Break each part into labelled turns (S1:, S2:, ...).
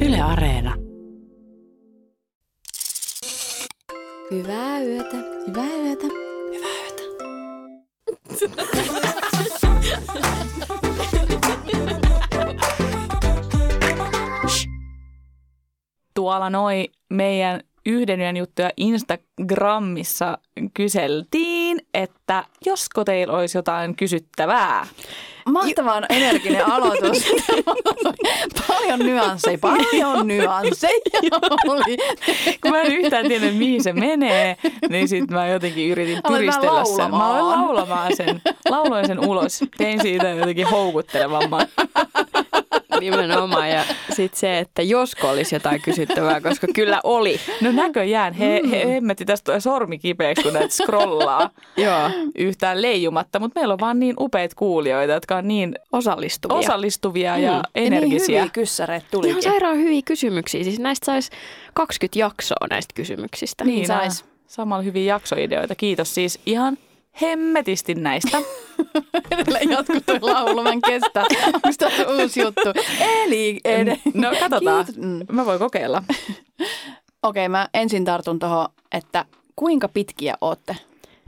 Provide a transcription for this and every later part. S1: Yle Areena.
S2: Hyvää yötä. Hyvää yötä.
S1: Tuolla noi meidän yhden yön juttuja Instagramissa kyseltiin, että josko teillä olisi jotain kysyttävää.
S2: Mahtava on energinen aloitus. paljon nyansseja, paljon nyansseja oli.
S1: Kun mä en yhtään tiennyt, mihin se menee, niin sitten mä jotenkin yritin
S2: Aloit vähän
S1: pyristellä sen. Mä aloin
S2: laulamaan.
S1: laulamaan sen. Lauloin sen ulos. Tein siitä jotenkin houkuttelevamman.
S3: Nimenomaan. Ja sitten se, että josko olisi jotain kysyttävää, koska kyllä oli. Mm.
S1: No näköjään. He, he hemmetti, tästä tulee sormi kipeäksi, kun näitä scrollaa.
S3: Joo.
S1: yhtään leijumatta, mutta meillä on vaan niin upeat kuulijoita, jotka on niin
S3: Osallistuvia.
S1: osallistuvia
S3: Mm.
S1: ja
S2: Ja niin
S1: energisiä.
S2: hyviä kyssäreitä
S3: Ihan
S2: tulikin.
S3: sairaan hyviä kysymyksiä. Siis näistä saisi 20 jaksoa näistä kysymyksistä.
S1: Niin
S2: sais.
S1: sais. Samalla hyviä jaksoideoita. Kiitos siis ihan hemmetisti näistä.
S2: Edelleen jatkuu toi laulu, mä en kestä. Onko tää uusi juttu? Eli edelleen.
S1: No katsotaan.
S2: Niin. Kiitos. Mm.
S1: Mä voin kokeilla.
S2: Okei, mä ensin tartun tuohon, että kuinka pitkiä ootte?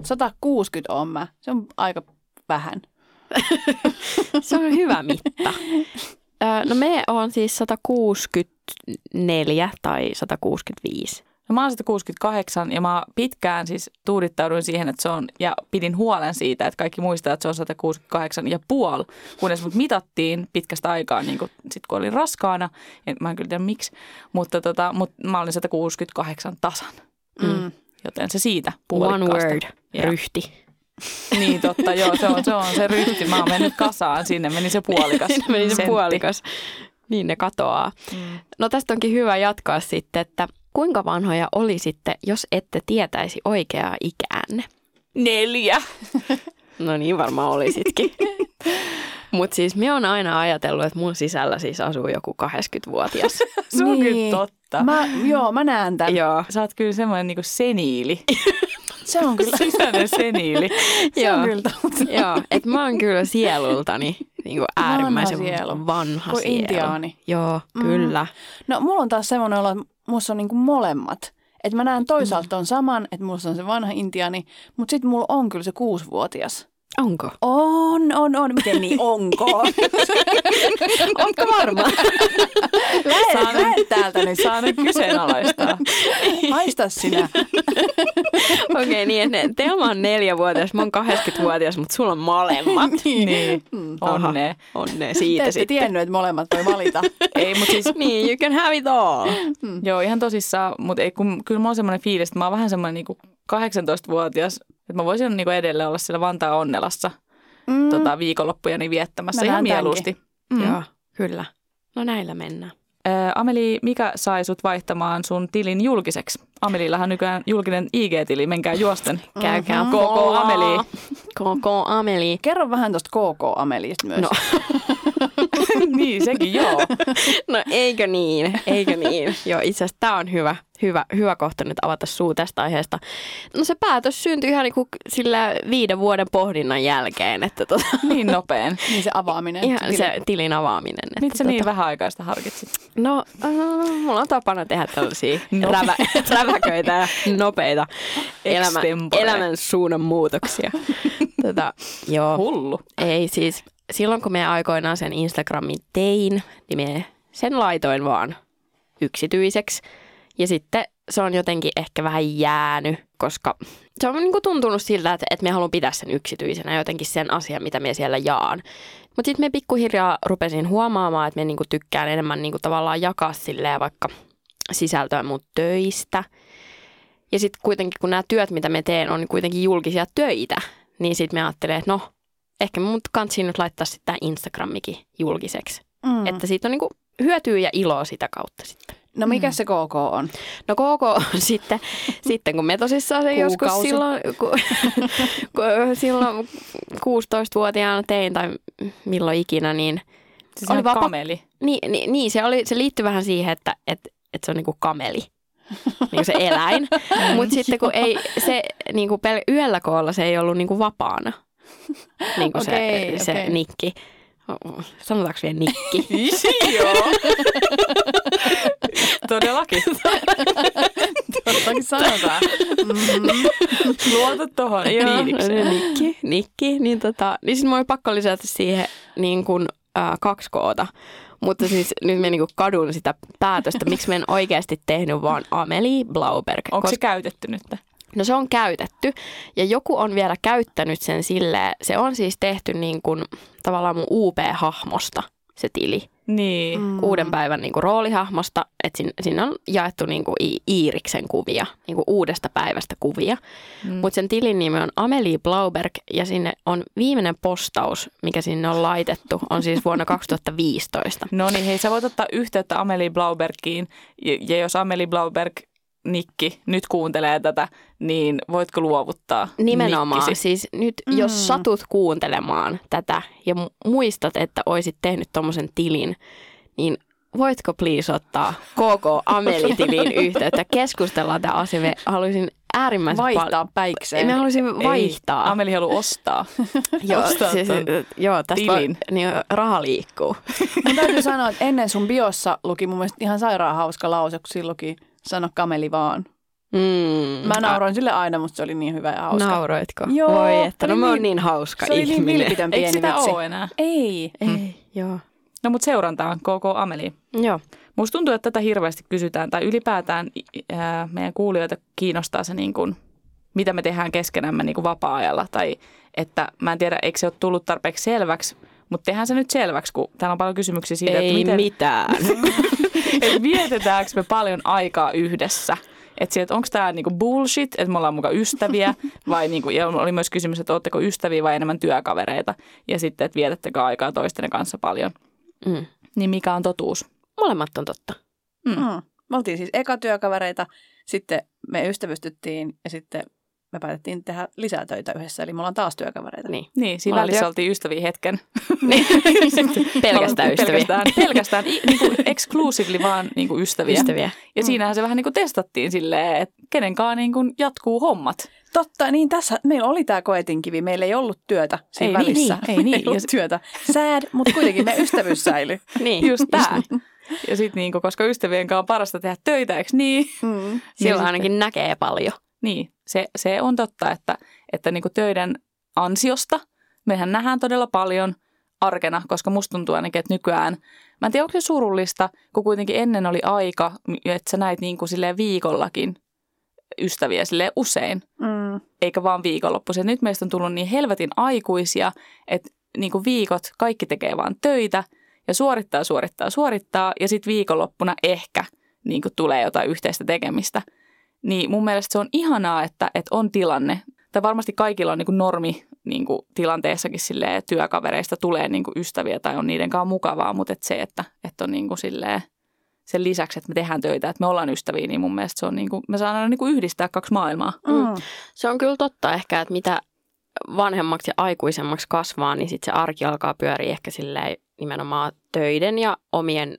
S2: 160 on mä. Se on aika vähän.
S3: Se on hyvä mitta. Ö, No me on siis 164 tai 165.
S1: No, mä oon 168 ja mä pitkään siis tuudittauduin siihen, että se on, ja pidin huolen siitä, että kaikki muistaa, että se on 168 ja puoli, kunnes mut mitattiin pitkästä aikaa, niin kun, sit kun olin raskaana, ja mä en kyllä tiedä miksi, mutta, tota, mut mä olin 168 tasan.
S2: Mm.
S1: Joten se siitä
S3: One
S1: puolikkaasta.
S3: word.
S1: Joo.
S3: Ryhti.
S1: Niin totta, joo, se on se, on se ryhti. Mä oon mennyt kasaan, sinne meni se puolikas.
S3: Siinä meni se
S1: sentti.
S3: puolikas. Niin ne katoaa.
S1: Mm.
S3: No tästä onkin hyvä jatkaa sitten, että kuinka vanhoja olisitte, jos ette tietäisi oikeaa ikäänne?
S1: Neljä.
S3: No niin, varmaan olisitkin. Mutta siis me on aina ajatellut, että mun sisällä siis asuu joku 80-vuotias.
S1: Se on
S2: Niin.
S1: niin. kyllä totta. Mä...
S2: Mä, joo, mä näen tämän.
S3: Joo.
S1: Sä oot kyllä semmoinen niinku seniili.
S2: Se on kyllä.
S1: Sisäinen seniili.
S2: Se on
S3: Joo.
S2: kyllä totta.
S3: Joo, että mä oon kyllä sielultani niin kuin äärimmäisen
S2: Vanha sielu.
S3: vanha
S2: Kuin
S3: sielu.
S2: intiaani.
S3: Joo,
S2: Mm.
S3: kyllä.
S2: No mulla on taas semmoinen olo, että musta on niinku molemmat. Että mä näen toisaalta on saman, että musta on se vanha intiaani, mutta sitten mulla on kyllä se kuusivuotias.
S3: Onko?
S2: On, on, on. Miten niin onko?
S3: Onko varma?
S2: Lähet, lähet täältä nyt.
S1: Saa nyt kyseenalaistaa.
S2: Niin. Haista sinä.
S3: Okei, okay, niin että Teema on neljävuotias, mä oon 80-vuotias, mutta sulla on molemmat.
S1: Niin.
S2: Mm.
S1: Onne.
S3: Onnea
S2: Te
S3: siitä
S2: ette
S3: sitten.
S2: tiennyt, että molemmat voi valita.
S1: Ei, mutta siis
S3: Niin, you can have it all.
S1: Joo, ihan tosissaan, mutta ei, kun, kyllä mulla on semmoinen fiilis, että mä oon vähän semmoinen niinku 18-vuotias, että mä voisin niinku edelleen olla siellä Vantaa Onnelassa
S2: Mm.
S1: mm. tota, viikonloppujani viettämässä
S2: Mä
S1: ihan
S2: näen tämänkin.
S1: mieluusti. Mm.
S3: Joo, kyllä. No näillä mennään.
S1: Ää, Ameli, mikä sai sut vaihtamaan sun tilin julkiseksi? Amelillahan on nykyään julkinen IG-tili, menkää juosten.
S3: Käykää
S2: Mhm.
S1: KK Ameli.
S3: Koko Ameli.
S2: Kerro vähän tuosta KK Ameliista myös.
S3: No.
S1: niin, sekin joo.
S3: No eikö niin, eikö niin. Joo, itse asiassa tämä on hyvä, hyvä, hyvä kohta nyt avata suu tästä aiheesta. No se päätös syntyi ihan niin kuin sillä viiden vuoden pohdinnan jälkeen, että tota,
S1: Niin nopeen.
S2: Niin se avaaminen.
S3: ihan se tilin avaaminen. Että tota.
S1: Miksi sä niin vähän aikaista harkitsit?
S3: No, äh, mulla on tapana tehdä tällaisia
S1: No.
S3: rävä, räväköitä ja nopeita elämän,
S1: Extempore.
S3: elämän suunnan muutoksia. tota, joo,
S1: Hullu.
S3: ei siis. Silloin kun me aikoinaan sen Instagramin tein, niin me sen laitoin vaan yksityiseksi. Ja sitten se on jotenkin ehkä vähän jäänyt, koska se on niinku tuntunut siltä, että, että me haluan pitää sen yksityisenä jotenkin sen asian, mitä me siellä jaan. Mutta sitten me pikkuhiljaa rupesin huomaamaan, että me niinku tykkään enemmän niinku tavallaan jakaa silleen vaikka sisältöä mun töistä. Ja sitten kuitenkin, kun nämä työt, mitä me teen, on kuitenkin julkisia töitä, niin sitten me ajattelee, että no, ehkä mun kansi nyt laittaa sitten tämä Instagrammikin julkiseksi.
S2: Mm.
S3: Mm. Että siitä on niinku hyötyä ja iloa sitä kautta sitten.
S2: No mikä se KK on?
S3: No KK on sitten, sitten kun me tosissaan se joskus
S2: Kuukausi.
S3: silloin, ku, ku, silloin 16-vuotiaana tein tai milloin ikinä, niin,
S1: Siis
S3: Oli
S1: oli vaan
S3: vaan pak-
S1: kameli.
S3: niin, niin, niin se, oli, se liittyi vähän siihen, että et, et se on niinku kameli. Niin se eläin. Mutta sitten kun ei, se niinku pel- yöllä koolla se ei ollut niinku vapaana. Niinku
S2: Okei,
S3: se, se
S2: okei.
S3: nikki. Oh, oh, Sanotaanko vielä nikki?
S1: Isi joo. Todellakin.
S2: Tottakin sanotaan. Mm-hmm.
S1: Luota tohon diilikseen.
S3: niin, nikki, nikki. Niin, tota, niin siis mä oli pakko lisätä siihen niin kuin, äh, kaksi koota. Mutta siis nyt mä niinku kadun sitä päätöstä, miksi mä en oikeasti tehnyt vaan Amelie Blauberg.
S1: Onko se käytetty nyt?
S3: No se on käytetty ja joku on vielä käyttänyt sen silleen, se on siis tehty niin kuin tavallaan mun UP-hahmosta se tili.
S1: Niin. Mm.
S3: Uuden päivän niin kuin roolihahmosta, että sinne, sinne on jaettu niin kuin I- Iiriksen kuvia, niin kuin uudesta päivästä kuvia. Mm. Mutta sen tilin nimi on Amelie Blauberg ja sinne on viimeinen postaus, mikä sinne on laitettu, on siis vuonna 2015.
S1: No niin, hei sä voit ottaa yhteyttä Amelie Blaubergiin ja, ja jos Amelie Blauberg Nikki nyt kuuntelee tätä, niin voitko luovuttaa
S3: Nimenomaan.
S1: Nikkisi?
S3: Siis nyt mm. jos satut kuuntelemaan tätä ja mu- muistat, että oisit tehnyt tommosen tilin, niin voitko please ottaa koko Ameli-tiliin yhteyttä? Keskustellaan tämä asia. Me Haluaisin äärimmäisen
S2: Vaihtaa
S3: paljon.
S2: päikseen.
S3: Me haluaisin vaihtaa.
S1: Ei, Ameli haluaa ostaa.
S3: joo,
S1: ostaa
S3: siis,
S1: ton.
S3: joo, tästä voi,
S1: tilin.
S3: niin, raha liikkuu.
S2: Mun täytyy sanoa, että ennen sun biossa luki mun mielestä ihan sairaan hauska lause, kun siinä luki sano kameli vaan.
S3: Mm.
S2: Mä nauroin sille aina, mutta se oli niin hyvä
S3: No.
S2: ja hauska.
S3: Nauroitko?
S2: Joo,
S3: Voi että,
S2: oli
S3: no mä oon
S2: niin-
S3: niin hauska
S2: se oli niin
S3: ihminen. Mm.
S2: vilpitön pieni
S1: Eikö sitä
S2: vitsi.
S1: ole enää?
S2: Ei.
S3: Ei, joo.
S1: No mutta seurantaan KK Ameli.
S3: Joo.
S1: Musta tuntuu, että tätä hirveästi kysytään tai ylipäätään ää, meidän kuulijoita kiinnostaa se niin kuin, mitä me tehdään keskenämme niin kuin vapaa-ajalla. Tai että mä en tiedä, eikö se ole tullut tarpeeksi selväksi, mutta tehdään se nyt selväksi, kun täällä on paljon kysymyksiä siitä,
S3: Ei
S1: että miten,
S3: mitään.
S1: että vietetäänkö me paljon aikaa yhdessä. Että et onko tämä niinku bullshit, että me ollaan muka ystäviä, vai niinku, ja oli myös kysymys, että oletteko ystäviä vai enemmän työkavereita, ja sitten, että vietättekö aikaa toistenne kanssa paljon.
S3: mm.
S1: Niin mikä on totuus?
S3: Molemmat on totta.
S2: Mm. Me oltiin siis eka työkavereita, sitten me ystävystyttiin ja sitten me päätettiin tehdä lisää töitä yhdessä, eli me ollaan taas työkavereita.
S3: Niin.
S1: Niin, siinä
S3: Ollaan
S1: välissä
S3: työ-
S1: oltiin ystäviä hetken.
S3: Niin. pelkästään ystäviä.
S1: Pelkästään, pelkästään i- niinku exclusively vaan niinku ystäviä.
S3: ystäviä. Mm.
S1: Ja siinähän se vähän niinku testattiin silleen, että kenenkaan niinku jatkuu hommat.
S2: Totta, niin tässä meillä oli tämä koetinkivi, meillä ei ollut työtä siinä
S1: Ei niin,
S2: välissä.
S1: niin, ei niin.
S2: Ei ollut työtä. Sad, mutta kuitenkin me ystävyys säilyi.
S3: Niin.
S1: Just tämä. Ja sitten niinku, koska ystävien kanssa on parasta tehdä töitä, eikö niin?
S2: Mm.
S3: Silloin
S1: Ja
S3: ainakin näkee paljon.
S1: Niin, se, se on totta, että, että niin kuin töiden ansiosta mehän nähdään todella paljon arkena, koska musta tuntuu ainakin, että nykyään, mä en tiedä onko se surullista, kun kuitenkin ennen oli aika, että sä näit niin kuin silleen viikollakin ystäviä silleen usein,
S2: Mm.
S1: eikä vaan viikonloppuisin. Nyt meistä on tullut niin helvetin aikuisia, että niin kuin viikot kaikki tekee vaan töitä ja suorittaa, suorittaa, suorittaa ja sitten viikonloppuna ehkä niin kuin tulee jotain yhteistä tekemistä. Niin mun mielestä se on ihanaa, että, että on tilanne. Tai varmasti kaikilla on niin kuin normi niin kuin tilanteessakin silleen, työkavereista tulee niin kuin ystäviä tai on niiden kanssa mukavaa, mutta et se, että, että on niin kuin silleen, sen lisäksi, että me tehdään töitä, että me ollaan ystäviä, niin mun mielestä se on niin kuin, me saadaan niin kuin yhdistää kaksi maailmaa.
S2: Mm.
S3: Se on kyllä totta ehkä, että mitä vanhemmaksi ja aikuisemmaksi kasvaa, niin sitten se arki alkaa pyöriä ehkä silleen nimenomaan töiden ja omien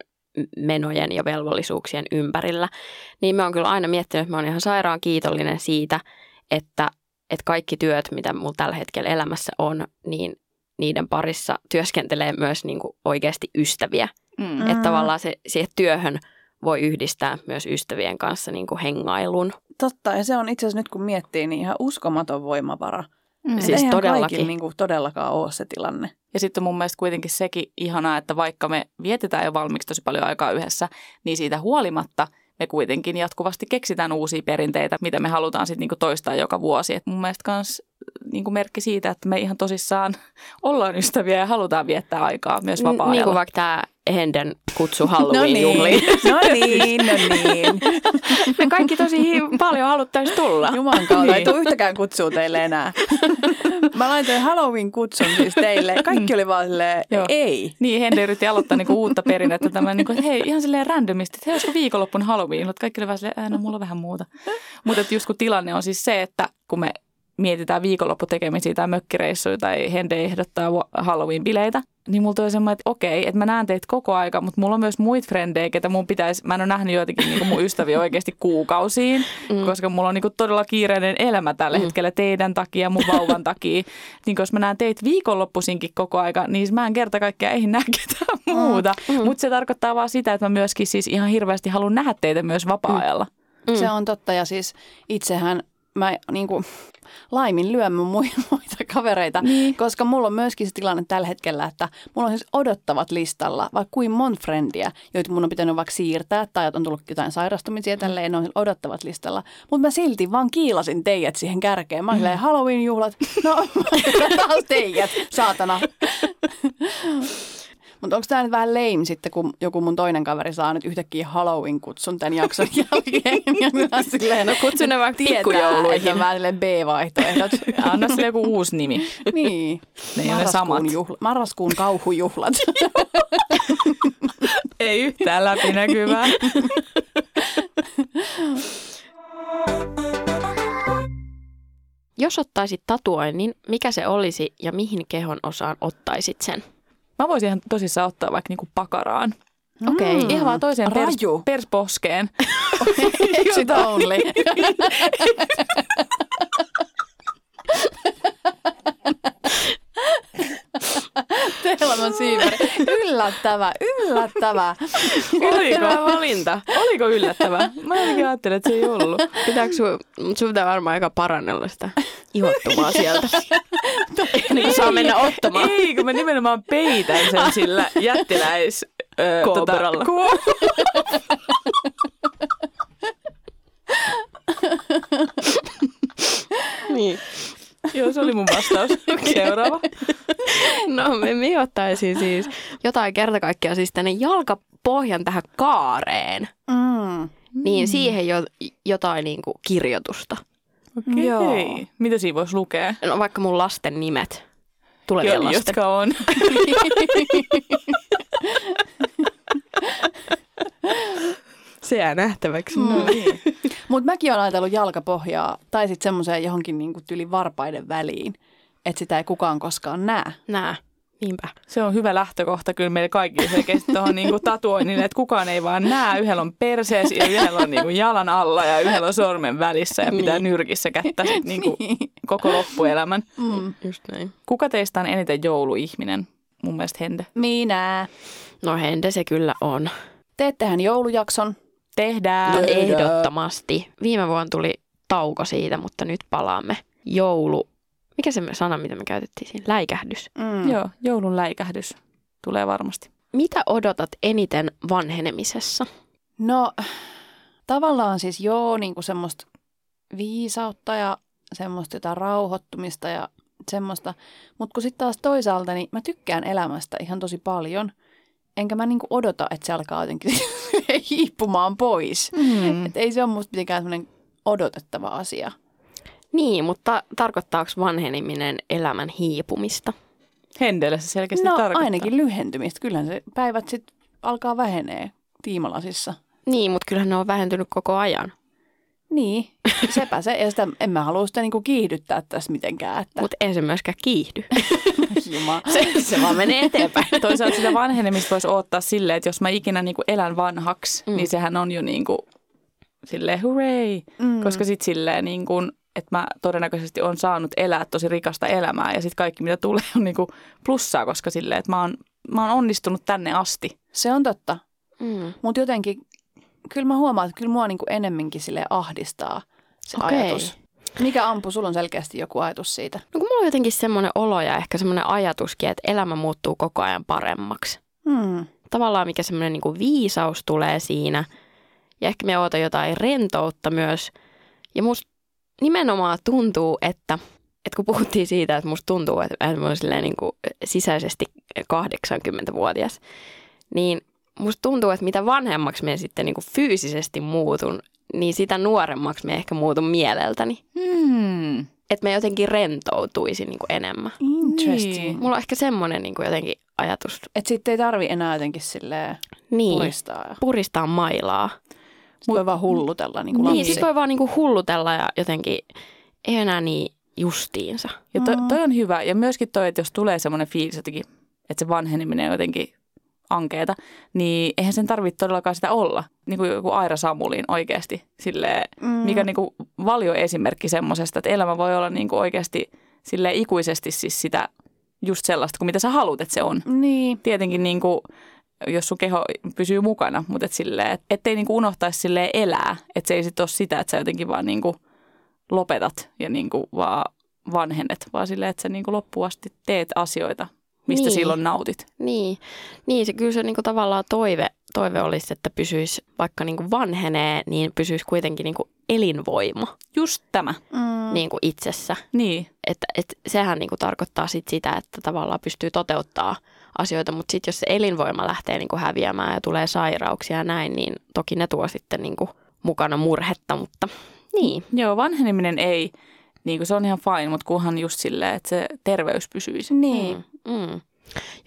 S3: menojen ja velvollisuuksien ympärillä. Niin mä oon kyllä aina miettinyt, että mä oon ihan sairaan kiitollinen siitä, että, että kaikki työt, mitä mulla tällä hetkellä elämässä on, niin niiden parissa työskentelee myös niin kuin oikeasti ystäviä.
S1: Mm.
S2: Mm.
S3: Että tavallaan se, siihen työhön voi yhdistää myös ystävien kanssa niin kuin hengailun.
S2: Totta, ja se on itse asiassa nyt kun miettii, niin ihan uskomaton voimavara.
S1: Mm.
S3: Siis
S2: Eihän
S3: todellakin.
S2: kaikilla niin kuin, todellakaan ole se tilanne.
S1: Ja sitten mun mielestä kuitenkin sekin ihanaa, että vaikka me vietetään jo valmiiksi tosi paljon aikaa yhdessä, niin siitä huolimatta me kuitenkin jatkuvasti keksitään uusia perinteitä, mitä me halutaan sitten niinku toistaa joka vuosi. Et mun mielestä myös niinku merkki siitä, että me ihan tosissaan ollaan ystäviä ja halutaan viettää aikaa myös
S3: N- Niin kuin
S1: vapaa-ajalla.
S3: vaikka tämä Henden kutsu
S2: No
S3: Halloween
S2: niin,
S3: juhliin.
S2: no niin, no niin.
S3: Me kaikki tosi hi- paljon haluttaisiin tulla.
S2: Juman kautta, ei
S1: Niin.
S2: tule yhtäkään kutsua teille enää. Mä laitoin Halloween-kutsun siis teille. Kaikki oli vaan silleen,
S1: Joo.
S2: ei.
S1: Niin, Hende yritti aloittaa niinku uutta perinnettä tämän, niinku, että hei, ihan silleen randomisti, että hei, olisiko viikonloppuna Halloween, mutta kaikki oli vähän silleen, "Ää, no mulla on vähän muuta. Mutta just kun tilanne on siis se, että kun me mietitään viikonlopputekemisiä tai mökkireissuja tai Hende ehdottaa wa- Halloween-bileitä, niin mulla tuli semmoinen, että okei, että mä näen teitä koko aika, mutta mulla on myös muita frendejä, ketä mun pitäisi, mä en ole nähnyt joitakin niin mun ystäviä oikeasti kuukausiin, mm. koska mulla on niin kuin todella kiireinen elämä tällä mm. hetkellä teidän takia, mun vauvan takia. Niin jos mä näen teitä viikonloppuisinkin koko aika, niin mä en kerta kaikkiaan ei näe ketään muuta. Mm. Mutta se tarkoittaa vaan sitä, että mä myöskin siis ihan hirveästi haluan nähdä teitä myös vapaa-ajalla.
S2: Mm. Se on totta ja siis itsehän mä niin kuin, laimin lyömme muita kavereita, niin. koska mulla on myöskin se tilanne tällä hetkellä, että mulla on siis odottavat listalla vaikka kuin mon frendiä, joita mun on pitänyt vaikka siirtää tai on tullut jotain sairastumisia tälleen, ne on odottavat listalla. Mutta mä silti vaan kiilasin teidät siihen kärkeen. Mä olin mm. Halloween-juhlat, no taas teidät, saatana. Mutta onko tämä nyt vähän lame sitten, kun joku mun toinen kaveri saa nyt yhtäkkiä Halloween-kutsun tämän jakson jälkeen? Ja minä silleen,
S3: No kutsu ne vaikka
S2: tietää, että
S3: pikkujouluihin.
S2: mä silleen B-vaihtoehdot.
S1: Anna sille joku uusi nimi.
S2: Niin.
S1: Ne ei ole
S2: Marraskuun
S1: samat.
S2: Juhla, marraskuun kauhujuhlat.
S1: Ei yhtään läpinäkyvää.
S3: Jos ottaisit tatuoinnin, mikä se olisi ja mihin kehon osaan ottaisit sen?
S1: Mä voisin ihan tosissaan ottaa vaikka niinku pakaraan.
S3: Okei.
S1: Mm. Ihan vaan toiseen pers-
S2: Raju.
S1: persposkeen.
S2: Exit only. Teillä on siivari. Yllättävä, yllättävä.
S1: Oliko?
S3: valinta?
S1: Oliko yllättävää? Mä jotenkin ajattelin, että se ei ollut.
S3: Pitääkö sun, mut sun pitää varmaan aika parannella sitä ihottumaa sieltä. Ennen kuin saa mennä ottamaan.
S1: Ei, kun mä nimenomaan peitän sen sillä jättiläis... Öö,
S3: Ah. Kooperalla.
S1: ko-
S3: Niin.
S1: Joo, se oli mun vastaus. Seuraava.
S3: No me miottaisin siis jotain kertakaikkiaan siis tänne jalkapohjan tähän kaareen.
S2: Mm.
S3: Niin siihen jo, jotain niin kuin kirjoitusta.
S1: Okei.
S2: Joo.
S1: Mitä siinä voisi lukea?
S3: No vaikka mun lasten nimet. Tulevien
S1: Jo,
S3: lasten.
S1: jotka on.
S3: Se jää nähtäväksi.
S1: No niin.
S2: Mutta Mm. mäkin olen ajatellut jalkapohjaa tai sitten semmoiseen johonkin niinku tyli varpaiden väliin, että sitä ei kukaan koskaan näe.
S3: Nää. Niinpä.
S1: Se on hyvä lähtökohta kyllä meillä kaikilla selkeästi tuohon niinku tatuoinnille, että kukaan ei vaan näe. Yhdellä on perseessä ja yhdellä on niinku jalan alla ja yhdellä on sormen välissä ja pitää nyrkissä kättä sit
S2: Niin.
S1: niinku koko loppuelämän.
S2: Mm.
S3: Just näin.
S1: Kuka teistä on eniten jouluihminen? Mun mielestä Hende.
S2: Minä.
S3: No hende se kyllä on.
S2: Teettehän joulujakson.
S1: Tehdään.
S3: No
S2: Löydä.
S3: ehdottomasti. Viime vuonna tuli tauko siitä, mutta nyt palaamme. Joulu. Mikä se sana, mitä me käytettiin siinä? Läikähdys.
S2: Mm.
S1: Joo, joulun läikähdys tulee varmasti.
S3: Mitä odotat eniten vanhenemisessa?
S2: No tavallaan siis joo, niin kuin semmoista viisautta ja semmoista jotain rauhoittumista ja semmoista. Mutta kun sitten taas toisaalta, niin mä tykkään elämästä ihan tosi paljon. Enkä mä niinku odota, että se alkaa jotenkin hiippumaan pois.
S1: Mm.
S2: Et ei se ole musta mitenkään semmoinen odotettava asia.
S3: Niin, mutta tarkoittaako vanheneminen elämän hiipumista?
S1: Hendelle se selkeästi
S2: no
S1: tarkoittaa.
S2: ainakin lyhentymistä. Kyllähän se päivät sitten alkaa vähenee tiimalasissa.
S3: Niin, mutta kyllähän ne on vähentynyt koko ajan.
S2: Niin, sepä se. Ja sitä, en mä halua sitä niinku kiihdyttää tässä mitenkään. Että,
S3: Mutta ei se myöskään kiihdy.
S2: Jumala.
S3: Se, se vaan menee eteenpäin.
S1: Toisaalta sitä vanhenemista voisi odottaa silleen, että jos mä ikinä niin kuin elän vanhaksi,
S3: Mm.
S1: mm. niin sehän on jo niin kuin silleen hurray.
S2: Mm.
S1: Mm. Koska sitten silleen niin kuin, että mä todennäköisesti on saanut elää tosi rikasta elämää ja sitten kaikki mitä tulee on niin kuin plussaa, koska silleen, että mä oon, mä oon onnistunut tänne asti.
S2: Se on totta.
S3: Mm.
S2: Mutta jotenkin, kyllä mä huomaan, että kyllä mua niinku enemmänkin sille ahdistaa se
S3: Okei.
S2: okay. ajatus. Mikä ampu, sulla on selkeästi joku ajatus siitä.
S3: No kun mulla on jotenkin semmoinen olo ja ehkä semmoinen ajatuskin, että elämä muuttuu koko ajan paremmaksi.
S2: Hmm.
S3: tavallaan mikä semmoinen niin viisaus tulee siinä. Ja ehkä me oota jotain rentoutta myös. Ja musta nimenomaan tuntuu, että, että kun puhuttiin siitä, että musta tuntuu, että että mä oon silleen niin kuin sisäisesti 80-vuotias, niin musta tuntuu, että mitä vanhemmaksi me sitten niin kuin fyysisesti muutun, niin sitä nuoremmaksi me ehkä muutun mieleltäni.
S1: Hmm.
S3: Että me jotenkin rentoutuisi niin kuin enemmän.
S2: Interesting. Niin.
S3: Mulla on ehkä semmoinen niin kuin jotenkin ajatus
S2: Että sitten ei tarvi enää jotenkin silleen
S3: niin,
S2: puristaa.
S3: puristaa mailaa.
S2: Mut, voi vaan hullutella niin kuin
S3: Niin,
S2: lapsi.
S3: siis voi vaan niinku hullutella ja jotenkin ei enää niin justiinsa.
S1: Ja toi, toi on hyvä. Ja myöskin toi, että jos tulee semmoinen fiilis jotenkin, että se vanheneminen on jotenkin ankeeta, niin eihän sen tarvitse todellakaan sitä olla. Niin kuin joku Aira Samulin oikeasti, silleen,
S2: Mm.
S1: mikä on niin kuin valioesimerkki semmoisesta, että elämä voi olla niin kuin oikeasti sille ikuisesti siis sitä just sellaista kuin mitä sä haluat, että se on.
S2: Niin.
S1: Tietenkin niin kuin, jos sun keho pysyy mukana, mutta et silleen, et, ettei niin kuin unohtaisi silleen elää, että se ei sit ole sitä, että sä jotenkin vaan niin kuin lopetat ja niin kuin vaan vanhennet, vaan silleen, että sä niin kuin loppuun asti teet asioita, mistä
S3: Niin.
S1: silloin nautit.
S3: Niin, niin se, kyllä se niinku tavallaan toive, toive olisi, että pysyisi, vaikka niinku vanhenee, niin pysyisi kuitenkin niinku elinvoima
S1: Just tämä,
S2: Mm.
S3: niinku itsessä.
S1: niin.
S3: Että, et sehän niinku tarkoittaa sit sitä, että tavallaan pystyy toteuttaa asioita, mutta sitten jos se elinvoima lähtee niinku häviämään ja tulee sairauksia ja näin, niin toki ne tuo sitten niinku mukana murhetta, mutta niin.
S1: Joo, vanheneminen ei, niin kuin se on ihan fine, mutta kunhan just silleen, että se terveys pysyisi.
S2: Niin.
S3: Mm, mm.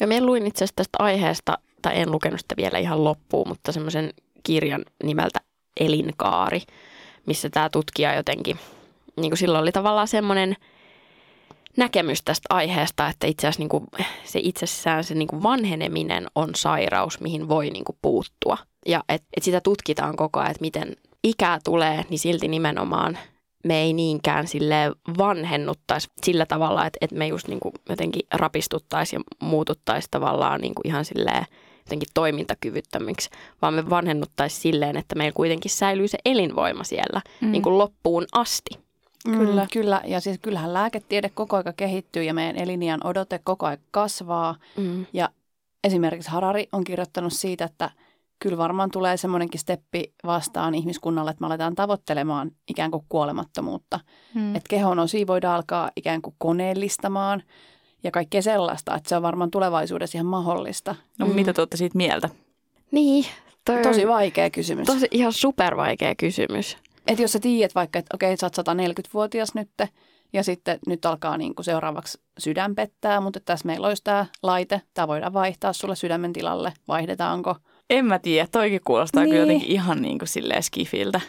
S3: Ja minä luin itse asiassa tästä aiheesta, tai en lukenut sitä vielä ihan loppuun, mutta semmoisen kirjan nimeltä Elinkaari, missä tämä tutkija jotenkin, niin kuin silloin oli tavallaan semmoinen näkemys tästä aiheesta, että itse asiassa niin kuin se itsessään se niin kuin vanheneminen on sairaus, mihin voi niin kuin puuttua. Ja et, et sitä tutkitaan koko ajan, että miten ikää tulee, niin silti nimenomaan me ei niinkään sille vanhennuttaisi sillä tavalla, että, että me just niin kuin jotenkin rapistuttaisiin ja muututtaisiin tavallaan niin kuin ihan silleen jotenkin toimintakyvyttömiksi, vaan me vanhennuttaisiin silleen, että meillä kuitenkin säilyy se elinvoima siellä
S1: Mm.
S3: niin kuin loppuun asti.
S1: Kyllä.
S2: Mm, kyllä, ja siis kyllähän lääketiede koko aika kehittyy ja meidän eliniän odote koko aika kasvaa.
S3: Mm.
S2: Esimerkiksi Harari on kirjoittanut siitä, että kyllä varmaan tulee semmoinenkin steppi vastaan ihmiskunnalle, että me aletaan tavoittelemaan ikään kuin kuolemattomuutta.
S1: Mm.
S2: Että kehon osia voidaan alkaa ikään kuin koneellistamaan ja kaikkea sellaista, että se on varmaan tulevaisuudessa ihan mahdollista.
S1: No, mitä te olette siitä mieltä?
S3: Niin, toi
S2: Tosi
S3: on
S2: vaikea kysymys.
S3: tosi ihan supervaikea kysymys.
S2: Että jos sä tiedät vaikka, että okei, sä oot 140-vuotias nyt, ja sitten nyt alkaa niin kuin seuraavaksi sydän pettää, mutta tässä meillä olisi tämä laite, tämä voidaan vaihtaa sulle sydämen tilalle, vaihdetaanko?
S1: En mä tiedä, toikin kuulostaa niin.
S2: Niin.
S1: kyllä jotenkin ihan niin kuin silleen skifiltä.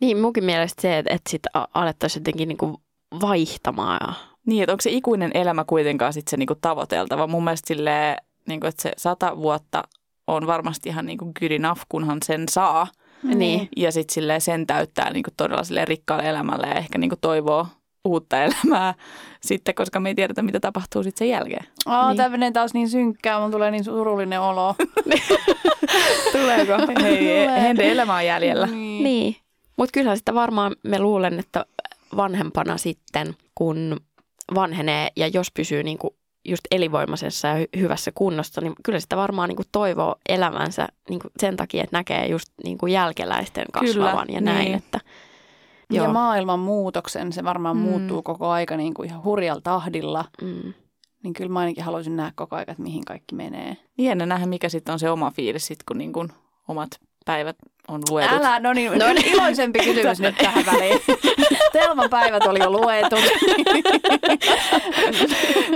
S3: Niin, munkin mielestä se, että, että sit a- alettaisiin jotenkin niin kuin vaihtamaan ja
S1: Niin, että onko se ikuinen elämä kuitenkaan sitten se niinku tavoiteltava? Mun mielestä silleen, niinku, että se sata vuotta on varmasti ihan niinku good enough, kunhan sen saa.
S3: Niin.
S1: Ja sitten silleen sen täyttää niinku todella sille rikkaalle elämälle ja ehkä niinku toivoo uutta elämää sitten, koska me ei tiedetä, mitä tapahtuu sitten sen jälkeen.
S2: Aa,
S3: Niin.
S2: niin. tämä menee taas niin synkkää, mun tulee niin surullinen olo.
S1: Tuleeko? Hei,
S2: Tulee.
S1: heidän elämä on jäljellä.
S2: Niin.
S3: Niin, mutta kyllähän sitä varmaan me luulen, että vanhempana sitten, kun vanhenee ja jos pysyy niinku just elinvoimaisessa ja hy- hyvässä kunnossa, niin kyllä sitä varmaan niinku toivoo elämänsä niinku sen takia, että näkee just niinku jälkeläisten kasvavan
S1: Kyllä,
S3: ja näin.
S1: niin.
S3: Että,
S2: Ja
S3: joo.
S2: maailman muutoksen, se varmaan
S1: Mm.
S2: mm. muuttuu koko aika niin kuin ihan hurjalla tahdilla,
S3: mm,
S2: niin kyllä mä ainakin haluaisin nähdä koko aika, että mihin kaikki menee.
S1: Hieno nähdä, mikä sitten on se oma fiilis, sit, kun niinku omat päivät on luetut.
S2: Älä, no niin, no niin. iloisempi kysymys nyt tähän väliin. Telman päivät oli jo luetut.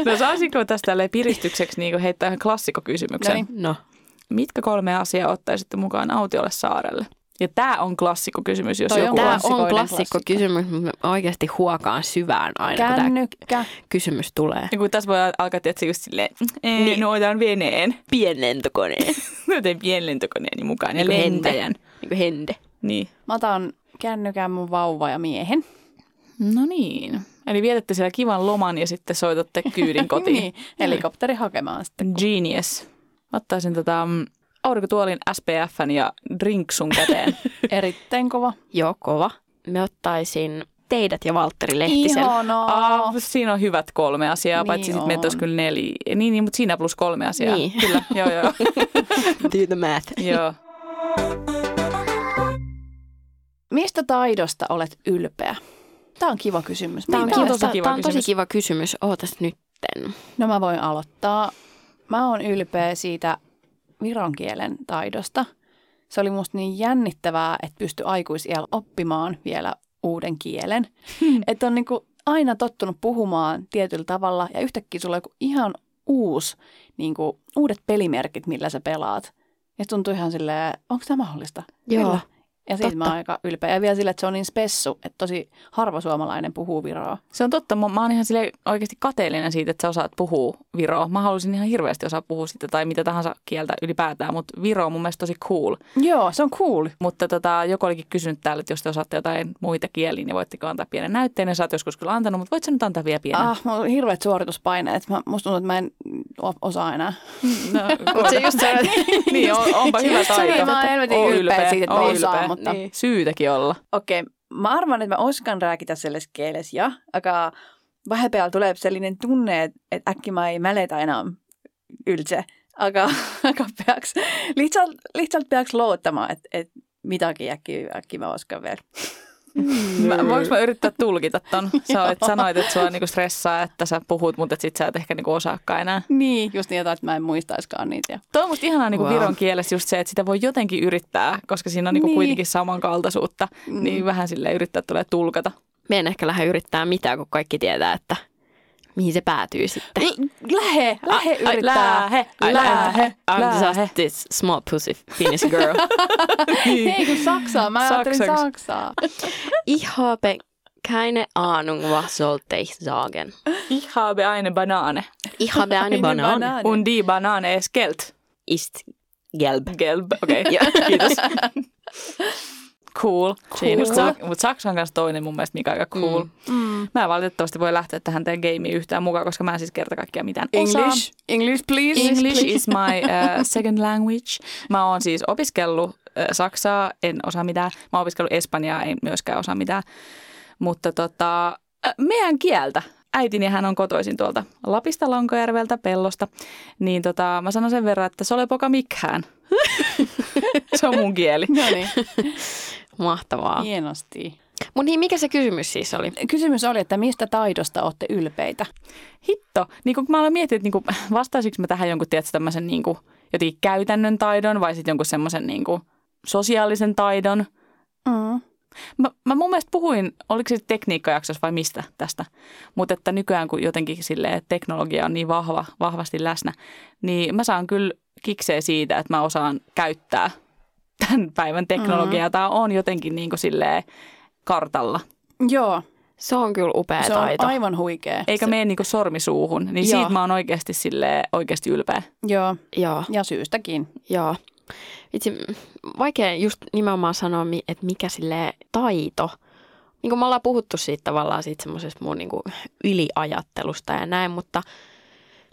S1: No saisinko tästä tälleen piristykseksi niinku heittää ihan klassikokysymyksen?
S2: No niin.
S3: no,
S1: Mitkä kolme asiaa ottaisitte mukaan autiolle saarelle? Ja tämä on klassikkokysymys, jos
S2: Toi on
S1: joku on.
S3: tämä on
S2: klassikoinen
S3: klassikko
S2: klassikko.
S3: kysymys, mutta mä oikeasti huokaan syvään aina, Känny. kun tämä
S2: Kännykkä.
S3: kysymys tulee.
S1: Ja Niin kun tässä voi alkaa tietysti just silleen, niin. no otan veneen,
S3: Pienlentokoneen,
S1: joten pienlentokoneeni mukaan ja
S3: Niin kuin hente.
S1: lentäjän.
S3: niin kuin hende.
S1: Niin.
S2: Mä otan kännykän mun vauva ja miehen.
S1: No niin. Eli vietätte siellä kivan loman ja sitten soitatte kyydin kotiin.
S2: niin, helikopteri hakemaan sitten.
S1: Genius. Mä Ottaisin tota mm, aurinkotuolin SPFn ja drinksun käteen.
S2: Erittäin kova.
S3: Joo, kova. Me ottaisin teidät ja Valtteri Lehtisen.
S2: Ihanaa.
S1: Ah, siinä on hyvät kolme asiaa, niin
S2: Niin
S1: paitsi sitten
S2: on.
S1: meitä olisi kyllä neljä. Niin, niin, mutta siinä plus kolme asiaa.
S3: Niin.
S1: Kyllä, joo, joo.
S3: Do the math.
S1: joo.
S2: Mistä taidosta olet ylpeä? Tämä on kiva kysymys.
S3: Tämä on,
S1: Niin, tää
S3: kiva,
S1: on
S3: tää,
S1: tosi kiva
S3: tää on tosi
S1: kysymys.
S3: kiva kysymys. Ootas nytten.
S2: No mä voin aloittaa. Mä oon ylpeä siitä viron kielen taidosta. Se oli musta niin jännittävää, että pysty aikuisiellä oppimaan vielä uuden kielen. Että on niinku aina tottunut puhumaan tietyllä tavalla ja yhtäkkiä sulla on joku ihan uusi, niinku, uudet pelimerkit, millä sä pelaat. Ja tuntuu ihan silleen, onko tämä mahdollista?
S3: Joo.
S2: Kyllä. Ja siitä mä
S1: Totta.
S2: oon aika ylpeä. Ja vielä sillä, että se on niin spessu, että tosi harva suomalainen puhuu viroa.
S1: Se on totta. Mä, mä oon ihan sille oikeasti kateellinen siitä, että sä osaat puhua viroa. Mä haluaisin ihan hirveästi osaa puhua sitä tai mitä tahansa kieltä ylipäätään, mutta viro on mun mielestä tosi cool.
S2: Joo, se on cool.
S1: Mutta tota, joku olikin kysynyt täällä, että jos te osaatte jotain muita kieliä, niin voitteko antaa pienen näytteen. Ja sä oot joskus kyllä antanut, mutta voit sä nyt antaa vielä pienen?
S2: Ah, mulla on hirveät suorituspaineet. Mä, musta tuntuu, että mä en o- osaa enää.
S1: No,
S2: Mut se just se,
S1: niin, on, onpa
S2: se
S1: hyvä
S2: just Siis se,
S1: taito.
S2: mä oon helvetin
S1: Oon
S2: ylpeä siitä, että mä
S1: oon
S2: osaan,
S1: ylpeä.
S2: mutta-
S1: Niin. Syytäkin olla.
S2: Okei, okay. mä arvan, että mä oskan rääkitä selles keeles, ja, aga vahepeal tuleb selline tunne, et, et äkki ma ei mäleta enam üldse. Aga, aga peaks, lihtsalt, lihtsalt peaks lootama, et, et midagi äkki, äkki mä oskan veel.
S1: Mä, voinko mä yrittää tulkita ton? Sä olet sanoit, että sua niinku stressaa, että sä puhut, mutta et sit sä et ehkä niinku osaakaan enää.
S2: Niin, just niin jotain, että mä en muistaiskaan niitä. Ja...
S1: Tuo on musta ihanaa niinku
S3: Wow.
S1: viron kielessä just se, että sitä voi jotenkin yrittää, koska siinä on niinku
S2: Niin.
S1: kuitenkin samankaltaisuutta.
S2: Mm.
S1: Niin vähän sille yrittää tulee tulkata.
S3: Me en ehkä lähde yrittää mitään, kun kaikki tietää, että mihin se päätyy sitten.
S2: Lähe, lähe
S3: Ai- ai-
S2: yrittää.
S1: Lähe,
S3: I-
S1: lähe,
S3: I'm
S1: lähe.
S3: just this small pussy Finnish girl.
S1: Niin.
S2: Ei kun Saksaa, mä ajattelin
S1: Saksaksi.
S2: Saksaa.
S3: Ich habe keine Ahnung, was sollte ich sagen.
S1: Ich habe eine Banane.
S3: Ich habe eine
S2: Eine
S3: Banane.
S2: Banane.
S1: Und die Banane ist Geld.
S3: Ist gelb.
S1: Gelb, okei.
S3: Ja.
S1: Kiitos. Cool. cool. Mutta
S3: Cool.
S1: Sak- mut Saksa on myös toinen mun mielestä, mikä on aika cool. Mm.
S2: Mm.
S1: Mä en valitettavasti voi lähteä tähän teidän gameen yhtään mukaan, koska mä en siis kerta kaikkiaan mitään osaa.
S2: English, English please.
S1: English is my uh, second language. Mä oon siis opiskellut uh, saksaa, en osaa mitään. Mä oon opiskellut espanjaa, en myöskään osaa mitään. Mutta tota, äh, meidän kieltä. Äitini hän on kotoisin tuolta Lapista, Lankojärveltä, Pellosta. Niin tota, mä sanon sen verran, että solepoka mikhään. se on mun kieli.
S2: No niin,
S3: Mahtavaa. Yeah.
S2: hienosti.
S3: Mutta niin, mikä se kysymys siis oli?
S2: Kysymys oli, että mistä taidosta olette ylpeitä?
S1: Hitto. Niin kun mä aloin miettiä, että niin kun, vastaisinko mä tähän jonkun tietysti tämmöisen niin kun, jotenkin käytännön taidon vai sitten jonkun semmoisen niin kun sosiaalisen taidon.
S2: Mm.
S1: Mä, mä mun mielestä puhuin, oliko se tekniikkajaksossa vai mistä tästä, mutta että nykyään kun jotenkin sille teknologia on niin vahva, vahvasti läsnä, niin mä saan kyllä kikseen siitä, että mä osaan käyttää tämän päivän teknologiaa. Mm-hmm. Tämä on jotenkin niin kuin silleen kartalla,
S2: Joo,
S3: Se on kyllä upea
S2: se on
S3: taito.
S2: aivan huikea.
S1: eikä mene niin kuin sormi suuhun, niin siitä
S3: Joo.
S1: mä oon oikeasti, silleen, oikeasti ylpeä.
S2: Joo,
S3: Joo,
S2: ja syystäkin.
S3: joo. Itse, vaikea just nimenomaan sanoa, mi- että mikä sille taito. Niin kuin me ollaan puhuttu siitä tavallaan siitä semmoisesta mun niin kuin yliajattelusta ja näin, mutta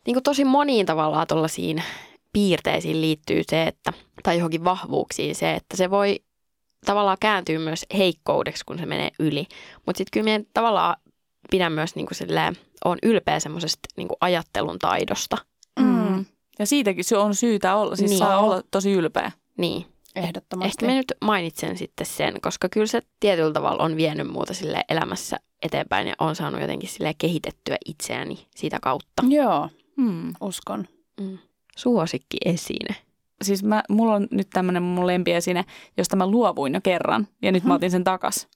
S3: niin kuin tosi moniin tavallaan tuollaisiin piirteisiin liittyy se, että, tai johonkin vahvuuksiin se, että se voi tavallaan kääntyy myös heikkoudeksi, kun se menee yli. Mutta sitten kyllä meidän tavallaan pidän myös niin kuin silleen, on ylpeä semmoisesta niin kuin ajattelun taidosta.
S2: Mm.
S1: Ja siitäkin se on syytä olla, siis
S3: Niin.
S1: niin. saa olla tosi ylpeä.
S3: Niin.
S2: Ehdottomasti.
S3: Ehkä mä nyt mainitsen sitten sen, koska kyllä se tietyllä tavalla on vienyt muuta sille elämässä eteenpäin ja on saanut jotenkin sille kehitettyä itseäni sitä kautta.
S2: Joo,
S1: Mm.
S2: uskon.
S3: Mm. Suosikki esine.
S1: Siis mä, mulla on nyt tämmöinen mun lempiesine, josta mä luovuin jo kerran ja nyt mä otin sen takas.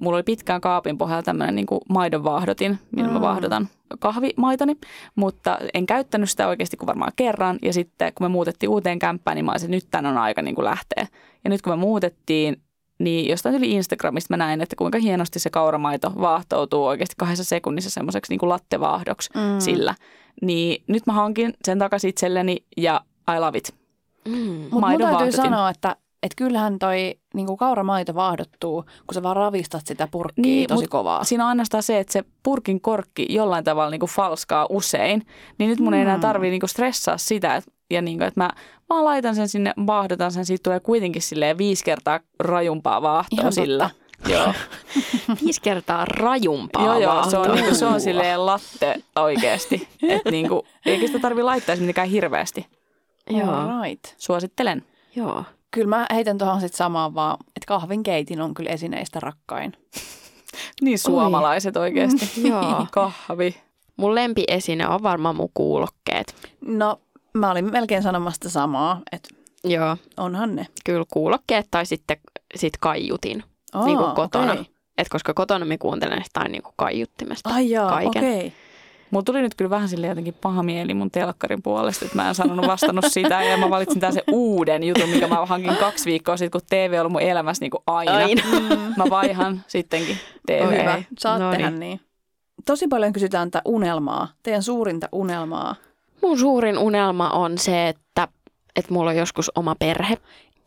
S1: Mulla oli pitkään kaapin pohjalla tämmöinen niin maidon vaahdotin, millä mä
S2: Mm.
S1: vaahdotan kahvimaitoni, mutta en käyttänyt sitä oikeasti kuin varmaan kerran. Ja sitten kun me muutettiin uuteen kämppään, niin mä olisin, että nyt tän on aika niin kuin lähteä. Ja nyt kun me muutettiin, niin jostain yli Instagramista mä näin, että kuinka hienosti se kauramaito vaahtoutuu oikeasti kahdessa sekunnissa semmoiseksi niin kuin lattevaahdoksi
S2: Mm.
S1: sillä. Niin nyt mä hankin sen takaisin itselleni ja I love it.
S3: Mm.
S2: Mutta mun
S1: Maidon
S2: täytyy
S1: vaahdotin.
S2: sanoa, että et kyllähän toi niinku kauramaito vaahdottuu, kun sä vaan ravistat sitä purkkiin
S1: Niin,
S2: tosi
S1: mut
S2: kovaa.
S1: Siinä on ainoastaan se, että se purkin korkki jollain tavalla niin kuin falskaa usein, niin nyt mun ei enää
S2: Mm.
S1: tarvii niin kuin stressaa sitä, et- ja niin kuin, että mä vaan laitan sen sinne, vaahdotan sen, siitä tulee kuitenkin silleen viisi kertaa rajumpaa vaahtoa
S2: Ihan
S1: sillä.
S2: totta.
S1: Joo,
S3: Viisi kertaa rajumpaa
S1: joo, joo se, on,
S3: vaahtoa.
S1: niin kuin, se
S2: Uhuh.
S1: on silleen latte oikeasti. Että niin kuin, eikä sitä tarvii laittaa sinne mitenkään hirveästi.
S3: Joo,
S2: Right.
S1: Suosittelen.
S3: joo.
S2: Kyllä mä heitän tuohon sitten samaan vaan, että kahvinkeitin on kyllä esineistä rakkain.
S1: Niin suomalaiset oikeasti.
S2: Mm,
S3: Joo.
S1: Kahvi.
S3: Mun lempiesine on varmaan mun kuulokkeet.
S2: No, mä olin melkein sanomasta samaa, että
S3: Joo,
S2: onhan ne.
S3: kyllä kuulokkeet tai sitten sit kaiutin,
S2: Aa,
S3: niin kuin kotona.
S2: okei.
S3: Et koska kotona me kuuntelen sitä niin kuin kaiuttimesta.
S2: Ai jaa,
S3: kaiken.
S2: okei.
S1: Mulla tuli nyt kyllä vähän sille jotenkin paha mieli mun telkkarin puolesta, että mä en sanonut vastannut sitä ja mä valitsin tämän sen uuden jutun, mikä mä hankin kaksi viikkoa sitten, kun TV on ollut mun elämässä niin kuin aina.
S3: Aina.
S1: Mä vaihan sittenkin TV.
S2: Oi,
S3: Ei.
S2: hyvä. Saat
S3: No
S2: no tehdä niin. niin. Tosi paljon kysytään tätä unelmaa, teidän suurinta unelmaa.
S3: Mun suurin unelma on se, että, että mulla on joskus oma perhe.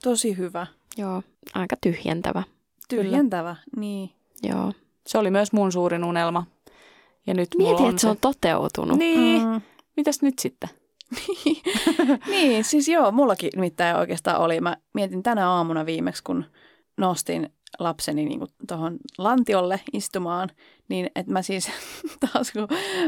S2: Tosi hyvä.
S3: Joo, aika tyhjentävä.
S2: Tyhjentävä, niin.
S3: Joo.
S1: Se oli myös mun suurin unelma. Ja nyt mulla
S3: Mieti,
S1: on
S3: että se on toteutunut.
S1: Niin, mm. mitäs nyt sitten?
S2: Niin, siis joo, mullakin nimittäin oikeastaan oli. Mä mietin tänä aamuna viimeksi, kun nostin lapseni niin tuohon lantiolle istumaan, niin että mä siis taas kun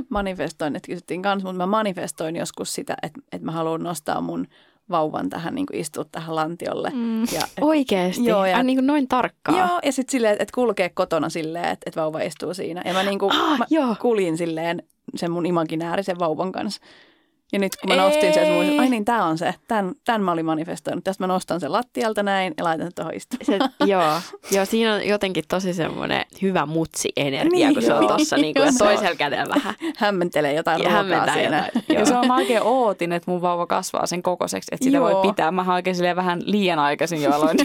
S2: manifestoin, että kysyttiin kanssa, mutta mä manifestoin joskus sitä, että, että mä haluan nostaa mun vauvan tähän, niin istua tähän lantiolle.
S3: Mm.
S2: Ja, et,
S3: Oikeesti?
S2: Joo,
S3: Joo,
S2: ja-
S3: ja... Ai, niin kuin noin tarkkaa?
S2: Joo, ja sitten silleen, että et kulkee kotona silleen, että et vauva istuu siinä. Ja mä, niinku,
S3: Ah,
S2: mä
S3: joo.
S2: kuljin silleen sen mun imaginäärisen vauvan kanssa. Ja nyt kun mä nostin sen, mä olin, että ai
S1: Ei.
S2: niin, tämä on se. Tän, tän mä olin manifestoinut. Tästä mä nostan sen lattialta näin ja laitan sen tuohon istumaan.
S3: Se, joo. joo, siinä on jotenkin tosi semmoinen hyvä mutsi-energia,
S2: Niin,
S3: niin, kun se on
S2: joo.
S3: tossa niin kuin, ja
S2: Joo.
S3: toisella kädellä vähän.
S2: Hämmentelee jotain
S3: Ja
S2: ruokaa
S3: hämmentää
S2: siinä.
S3: jotain.
S1: Ja
S3: Joo.
S1: se on mä oikein ootin, että mun vauva kasvaa sen kokoiseksi, että sitä Joo.
S2: Joo.
S1: voi pitää. Mä oikein silleen vähän liian aikaisin jo aloin.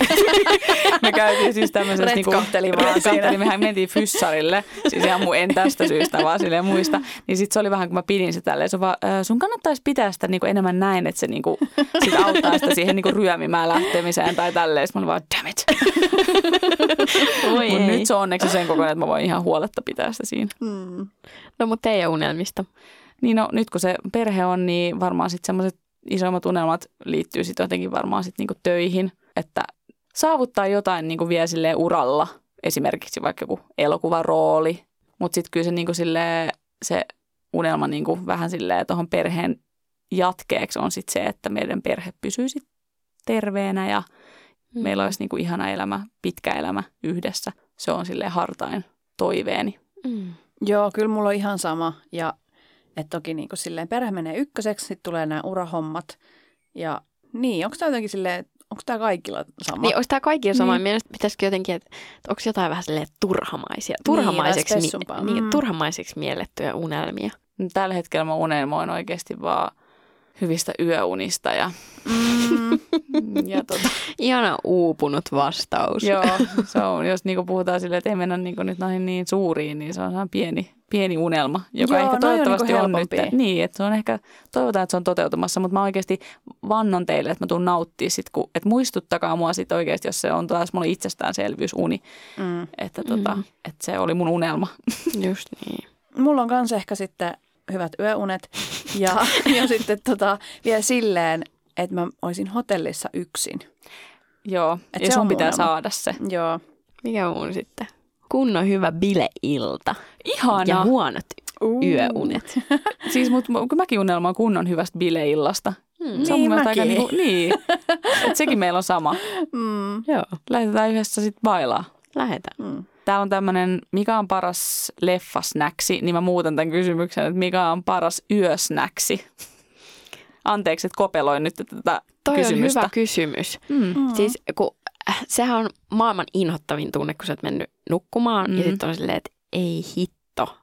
S1: Me käytiin siis tämmöisessä niinku,
S2: Retkahteli vaan siinä.
S1: retkahteli. mehän mentiin fyssarille, siis ihan mun en tästä syystä vaan silleen muista. Niin sit se oli vähän, kun mä pidin sitä tälleen, se on vaan, "Ö, sun kannattaisi pitää sitä niinku enemmän näin, että se niinku, sit auttaa sitä siihen niinku ryömimään lähtemiseen tai tälleen. Sitten mä olin vaan, damn it.
S3: Voi
S1: Mut nyt se on onneksi sen kokoinen, että mä voin ihan huoletta pitää sitä siinä.
S2: Mm.
S3: No mutta teidän unelmista.
S1: Niin no, nyt kun se perhe on, niin varmaan sitten semmoiset isommat unelmat liittyy sitten jotenkin varmaan sitten niinku töihin, että saavuttaa jotain niinku vielä silleen uralla, esimerkiksi vaikka joku elokuvarooli, mutta sitten kyllä se, niinku silleen, se unelma niinku vähän silleen tuohon perheen jatkeeksi on sitten se, että meidän perhe pysyy sit terveenä ja
S3: Mm.
S1: meillä olisi niinku ihana elämä, pitkä elämä yhdessä. Se on silleen hartain toiveeni.
S3: Mm.
S2: Joo, kyllä mulla on ihan sama. Ja et toki niin kuin silleen perhe menee ykköseksi, sitten tulee nämä urahommat. Ja niin, onko tämä jotenkin silleen, onko tämä kaikilla sama?
S3: Niin, olisi tämä kaikki sama.
S1: Niin.
S3: Niin. Mielestäni pitäisikö jotenkin, että, että onko jotain vähän silleen turhamaisia,
S1: Niin,
S3: turhamaiseksi,
S2: vähän spessumpaa.
S3: niin,
S2: Mm.
S3: turhamaiseksi miellettyjä unelmia.
S1: No, Tällä hetkellä mä unelmoin oikeasti vaan hyvistä yöunista ja,
S2: Mm.
S1: ja tota,
S3: Ihana uupunut vastaus.
S1: joo, se on, jos niinku puhutaan silleen, että ei mennä niinku nyt noihin niin suuriin, niin se on ihan pieni, pieni unelma, joka
S2: Joo,
S1: ehkä
S2: noi on niinku
S1: toivottavasti on, nyt.
S2: helpompia.
S1: Niin, että se on ehkä, toivotaan, että se on toteutumassa, mutta mä oikeasti vannon teille, että mä tuun nauttia sit, kun, että muistuttakaa mua sit oikeasti, jos se on taas mulle itsestäänselvyysuni,
S2: Mm.
S1: että, tota,
S3: Mm.
S1: että se oli mun unelma.
S3: Just niin.
S2: Mulla on kans ehkä sitten hyvät yöunet ja, ja sitten tota, vielä silleen, että mä olisin hotellissa yksin.
S1: Joo,
S2: Et
S1: ja
S2: se on
S1: sun
S2: mun
S1: pitää
S2: unelma.
S1: saada se.
S2: Joo.
S3: Mikä on sitten? Kunnon hyvä bileilta
S1: Ihana.
S3: ja huonot yöunet.
S1: Siis mut, kun mäkin unelmaan kunnon hyvästä bileillasta.
S3: Mm.
S1: Se on
S2: Niin
S1: mun mielestä aika
S2: mäkin.
S1: niinku, niin. Et sekin meillä on sama.
S2: Mm.
S3: Joo,
S1: Lähetetään yhdessä sitten bailaa.
S3: lähetään.
S2: Mm.
S1: Täällä on tämmöinen, mikä on paras leffasnäksi, niin mä muutan tämän kysymyksen, että mikä on paras yösnäksi. Anteeksi, että kopeloin nyt tätä
S3: Toi
S1: kysymystä.
S3: on hyvä kysymys.
S1: Mm.
S2: Mm.
S3: Siis kun, äh, sehän on maailman inhottavin tunne, kun sä oot mennyt nukkumaan mm.
S1: Mm.
S3: ja sitten on silleen, että ei hitto,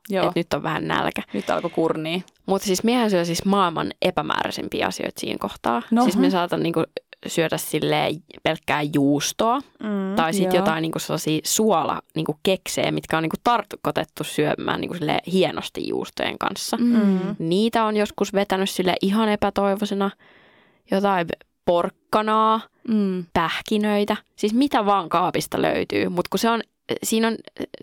S1: Joo,
S3: että
S1: nyt.
S3: nyt on vähän nälkä.
S1: nyt alkoi kurnia.
S3: Mutta siis miehän syö siis maailman epämääräisempiä asioita siinä kohtaa.
S1: No.
S3: No, siis me
S1: Mhm.
S3: saatan niinku syödä sille pelkkää juustoa mm,
S2: Mm.
S3: tai sitten
S1: joo.
S3: jotain niinku sellaisia suola niinku keksejä, mitkä on niinku tarkoitettu syömään niinku sille hienosti juustojen kanssa. Mm.
S2: Mm.
S3: Niitä on joskus vetänyt sille ihan epätoivoisena. Jotain porkkanaa
S1: Mm.
S3: pähkinöitä, siis mitä vaan kaapista löytyy, mutta kun se on, siinä on,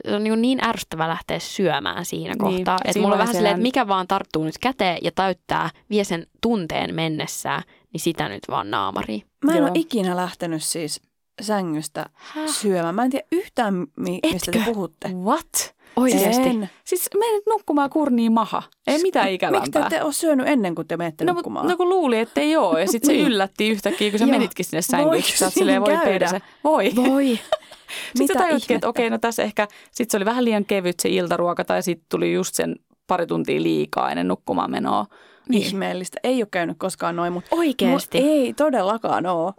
S3: se on niin, niin ärsyttävä lähteä syömään siinä
S1: Niin,
S3: kohtaa, että
S1: siinä
S3: mulla on vähän
S1: vaiheessa
S3: silleen, että
S1: elän-
S3: mikä vaan tarttuu nyt käteen ja täyttää, vie sen tunteen mennessään, niin sitä nyt vaan naamariin.
S2: Mä en
S1: Joo.
S2: ole ikinä lähtenyt siis sängystä
S3: Häh?
S2: syömään. Mä en tiedä yhtään, mi- mistä te
S3: Etkö?
S2: puhutte.
S1: What?
S3: Oikeesti?
S2: En.
S1: Siis menet nukkumaan kurniin maha.
S3: Siis
S1: Ei mitään
S2: Miksi te
S1: ikävämpää.
S2: ette ole syönyt ennen kuin te menette
S1: No, mut,
S2: nukkumaan?
S1: no kun luuli, että ei ole, ja sitten se
S3: Niin.
S1: yllätti yhtäkkiä, kun sä
S3: Joo.
S1: menitkin sinne sänkyyn.
S2: Voiko
S1: Sä oot
S2: siinä
S1: silleen, voi
S2: käydä?
S1: perse. Voi.
S3: Voi.
S1: Sitten
S2: Mitä
S1: sä tajutkin, että
S2: ihmettä?
S1: okei, no tässä ehkä, sitten se oli vähän liian kevyt se iltaruoka, tai sitten tuli just sen pari tuntia liikaa ennen nukkumaan menoa.
S2: niin. Ihmeellistä. Ei ole käynyt koskaan noin, mutta
S3: Oikeesti. No,
S2: ei todellakaan ole.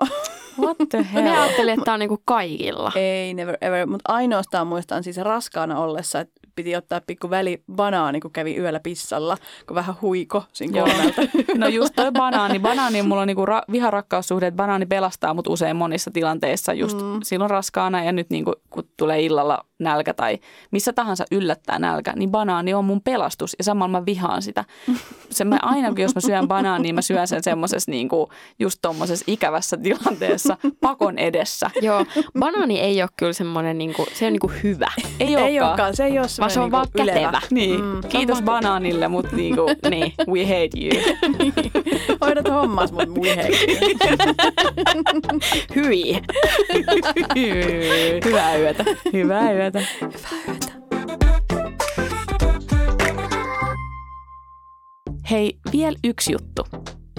S1: What the
S3: Mä
S2: No,
S1: hell?
S3: ajattelin, että tämä on niinku kaikilla.
S2: Ei, never ever. Mutta ainoastaan muistan siis raskaana ollessa, että piti ottaa pikku väli banaani, kun kävi yöllä pissalla, kun vähän huiko siinä
S1: Joo.
S2: kolmelta.
S1: No just toi banaani. Banaani, mulla on niinku ra- viharakkaussuhde, että banaani pelastaa mut usein monissa tilanteissa just mm. silloin raskaana ja nyt niinku, kun tulee illalla nälkä tai missä tahansa yllättää nälkä, niin banaani on mun pelastus ja samalla mä vihaan sitä. Se mä aina, kun jos mä syön banaani, niin mä syön sen semmoisessa niinku, just tommosessa ikävässä tilanteessa pakon edessä.
S3: Joo, banaani ei ole kyllä semmoinen, niinku, se on niinku hyvä,
S1: Ei,
S2: Ei olekaan, se ei ole
S3: vaan se on
S2: niinku
S3: vaan
S2: ylevä.
S3: kätevä.
S1: Niin,
S2: Mm.
S1: mm, kiitos banaanille, mutta niinku, niin, we hate you.
S2: Hoidat hommas, mutta muihin.
S3: Hyi.
S1: Hyvää yötä. Hyvää yötä. Hei, vielä yksi juttu.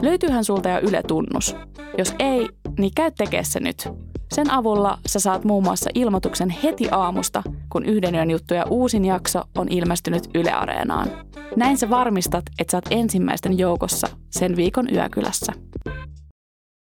S1: Löytyyhän sulta jo Yle Tunnus. Jos ei, niin käy tekee se nyt. Sen avulla sä saat muun muassa ilmoituksen heti aamusta, kun Yhden yön juttuja uusin jakso on ilmestynyt Yle Areenaan. Näin sä varmistat, että sä oot ensimmäisten joukossa sen viikon yökylässä.